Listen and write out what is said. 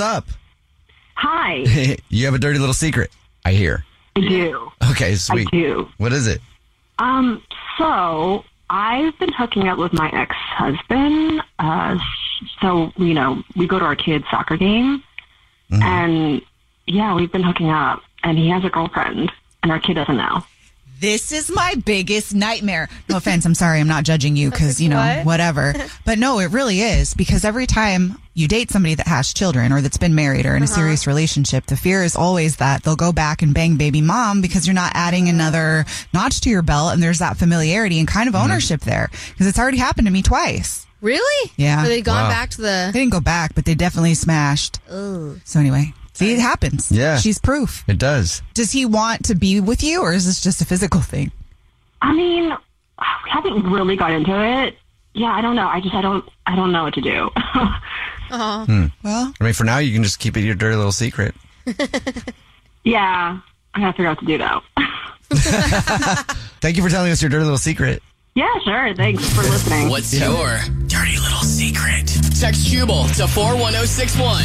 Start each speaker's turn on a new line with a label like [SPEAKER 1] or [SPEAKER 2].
[SPEAKER 1] up?
[SPEAKER 2] Hi.
[SPEAKER 1] you have a dirty little secret, I hear.
[SPEAKER 2] I do.
[SPEAKER 1] Okay, sweet.
[SPEAKER 2] I do.
[SPEAKER 1] What is it?
[SPEAKER 2] Um, so I've been hooking up with my ex husband. Uh, so, you know, we go to our kids' soccer game. Mm-hmm. And yeah, we've been hooking up. And he has a girlfriend, and our kid doesn't know.
[SPEAKER 3] This is my biggest nightmare. No offense. I'm sorry. I'm not judging you because, you know, what? whatever. But no, it really is because every time you date somebody that has children or that's been married or in uh-huh. a serious relationship, the fear is always that they'll go back and bang baby mom because you're not adding another notch to your belt. And there's that familiarity and kind of ownership mm-hmm. there because it's already happened to me twice.
[SPEAKER 4] Really?
[SPEAKER 3] Yeah.
[SPEAKER 4] So they gone wow. back to the.
[SPEAKER 3] They didn't go back, but they definitely smashed.
[SPEAKER 4] Ooh.
[SPEAKER 3] So anyway, See, it happens.
[SPEAKER 1] Yeah.
[SPEAKER 3] She's proof.
[SPEAKER 1] It does.
[SPEAKER 3] Does he want to be with you or is this just a physical thing?
[SPEAKER 2] I mean, we haven't really got into it. Yeah, I don't know. I just, I don't, I don't know what to do.
[SPEAKER 4] uh-huh.
[SPEAKER 1] Hmm.
[SPEAKER 3] Well,
[SPEAKER 1] I mean, for now, you can just keep it your dirty little secret.
[SPEAKER 2] yeah. I gotta figure out what to do though.
[SPEAKER 1] Thank you for telling us your dirty little secret.
[SPEAKER 2] Yeah, sure. Thanks for listening.
[SPEAKER 5] What's yeah. your dirty little secret? Text Jubal to 41061.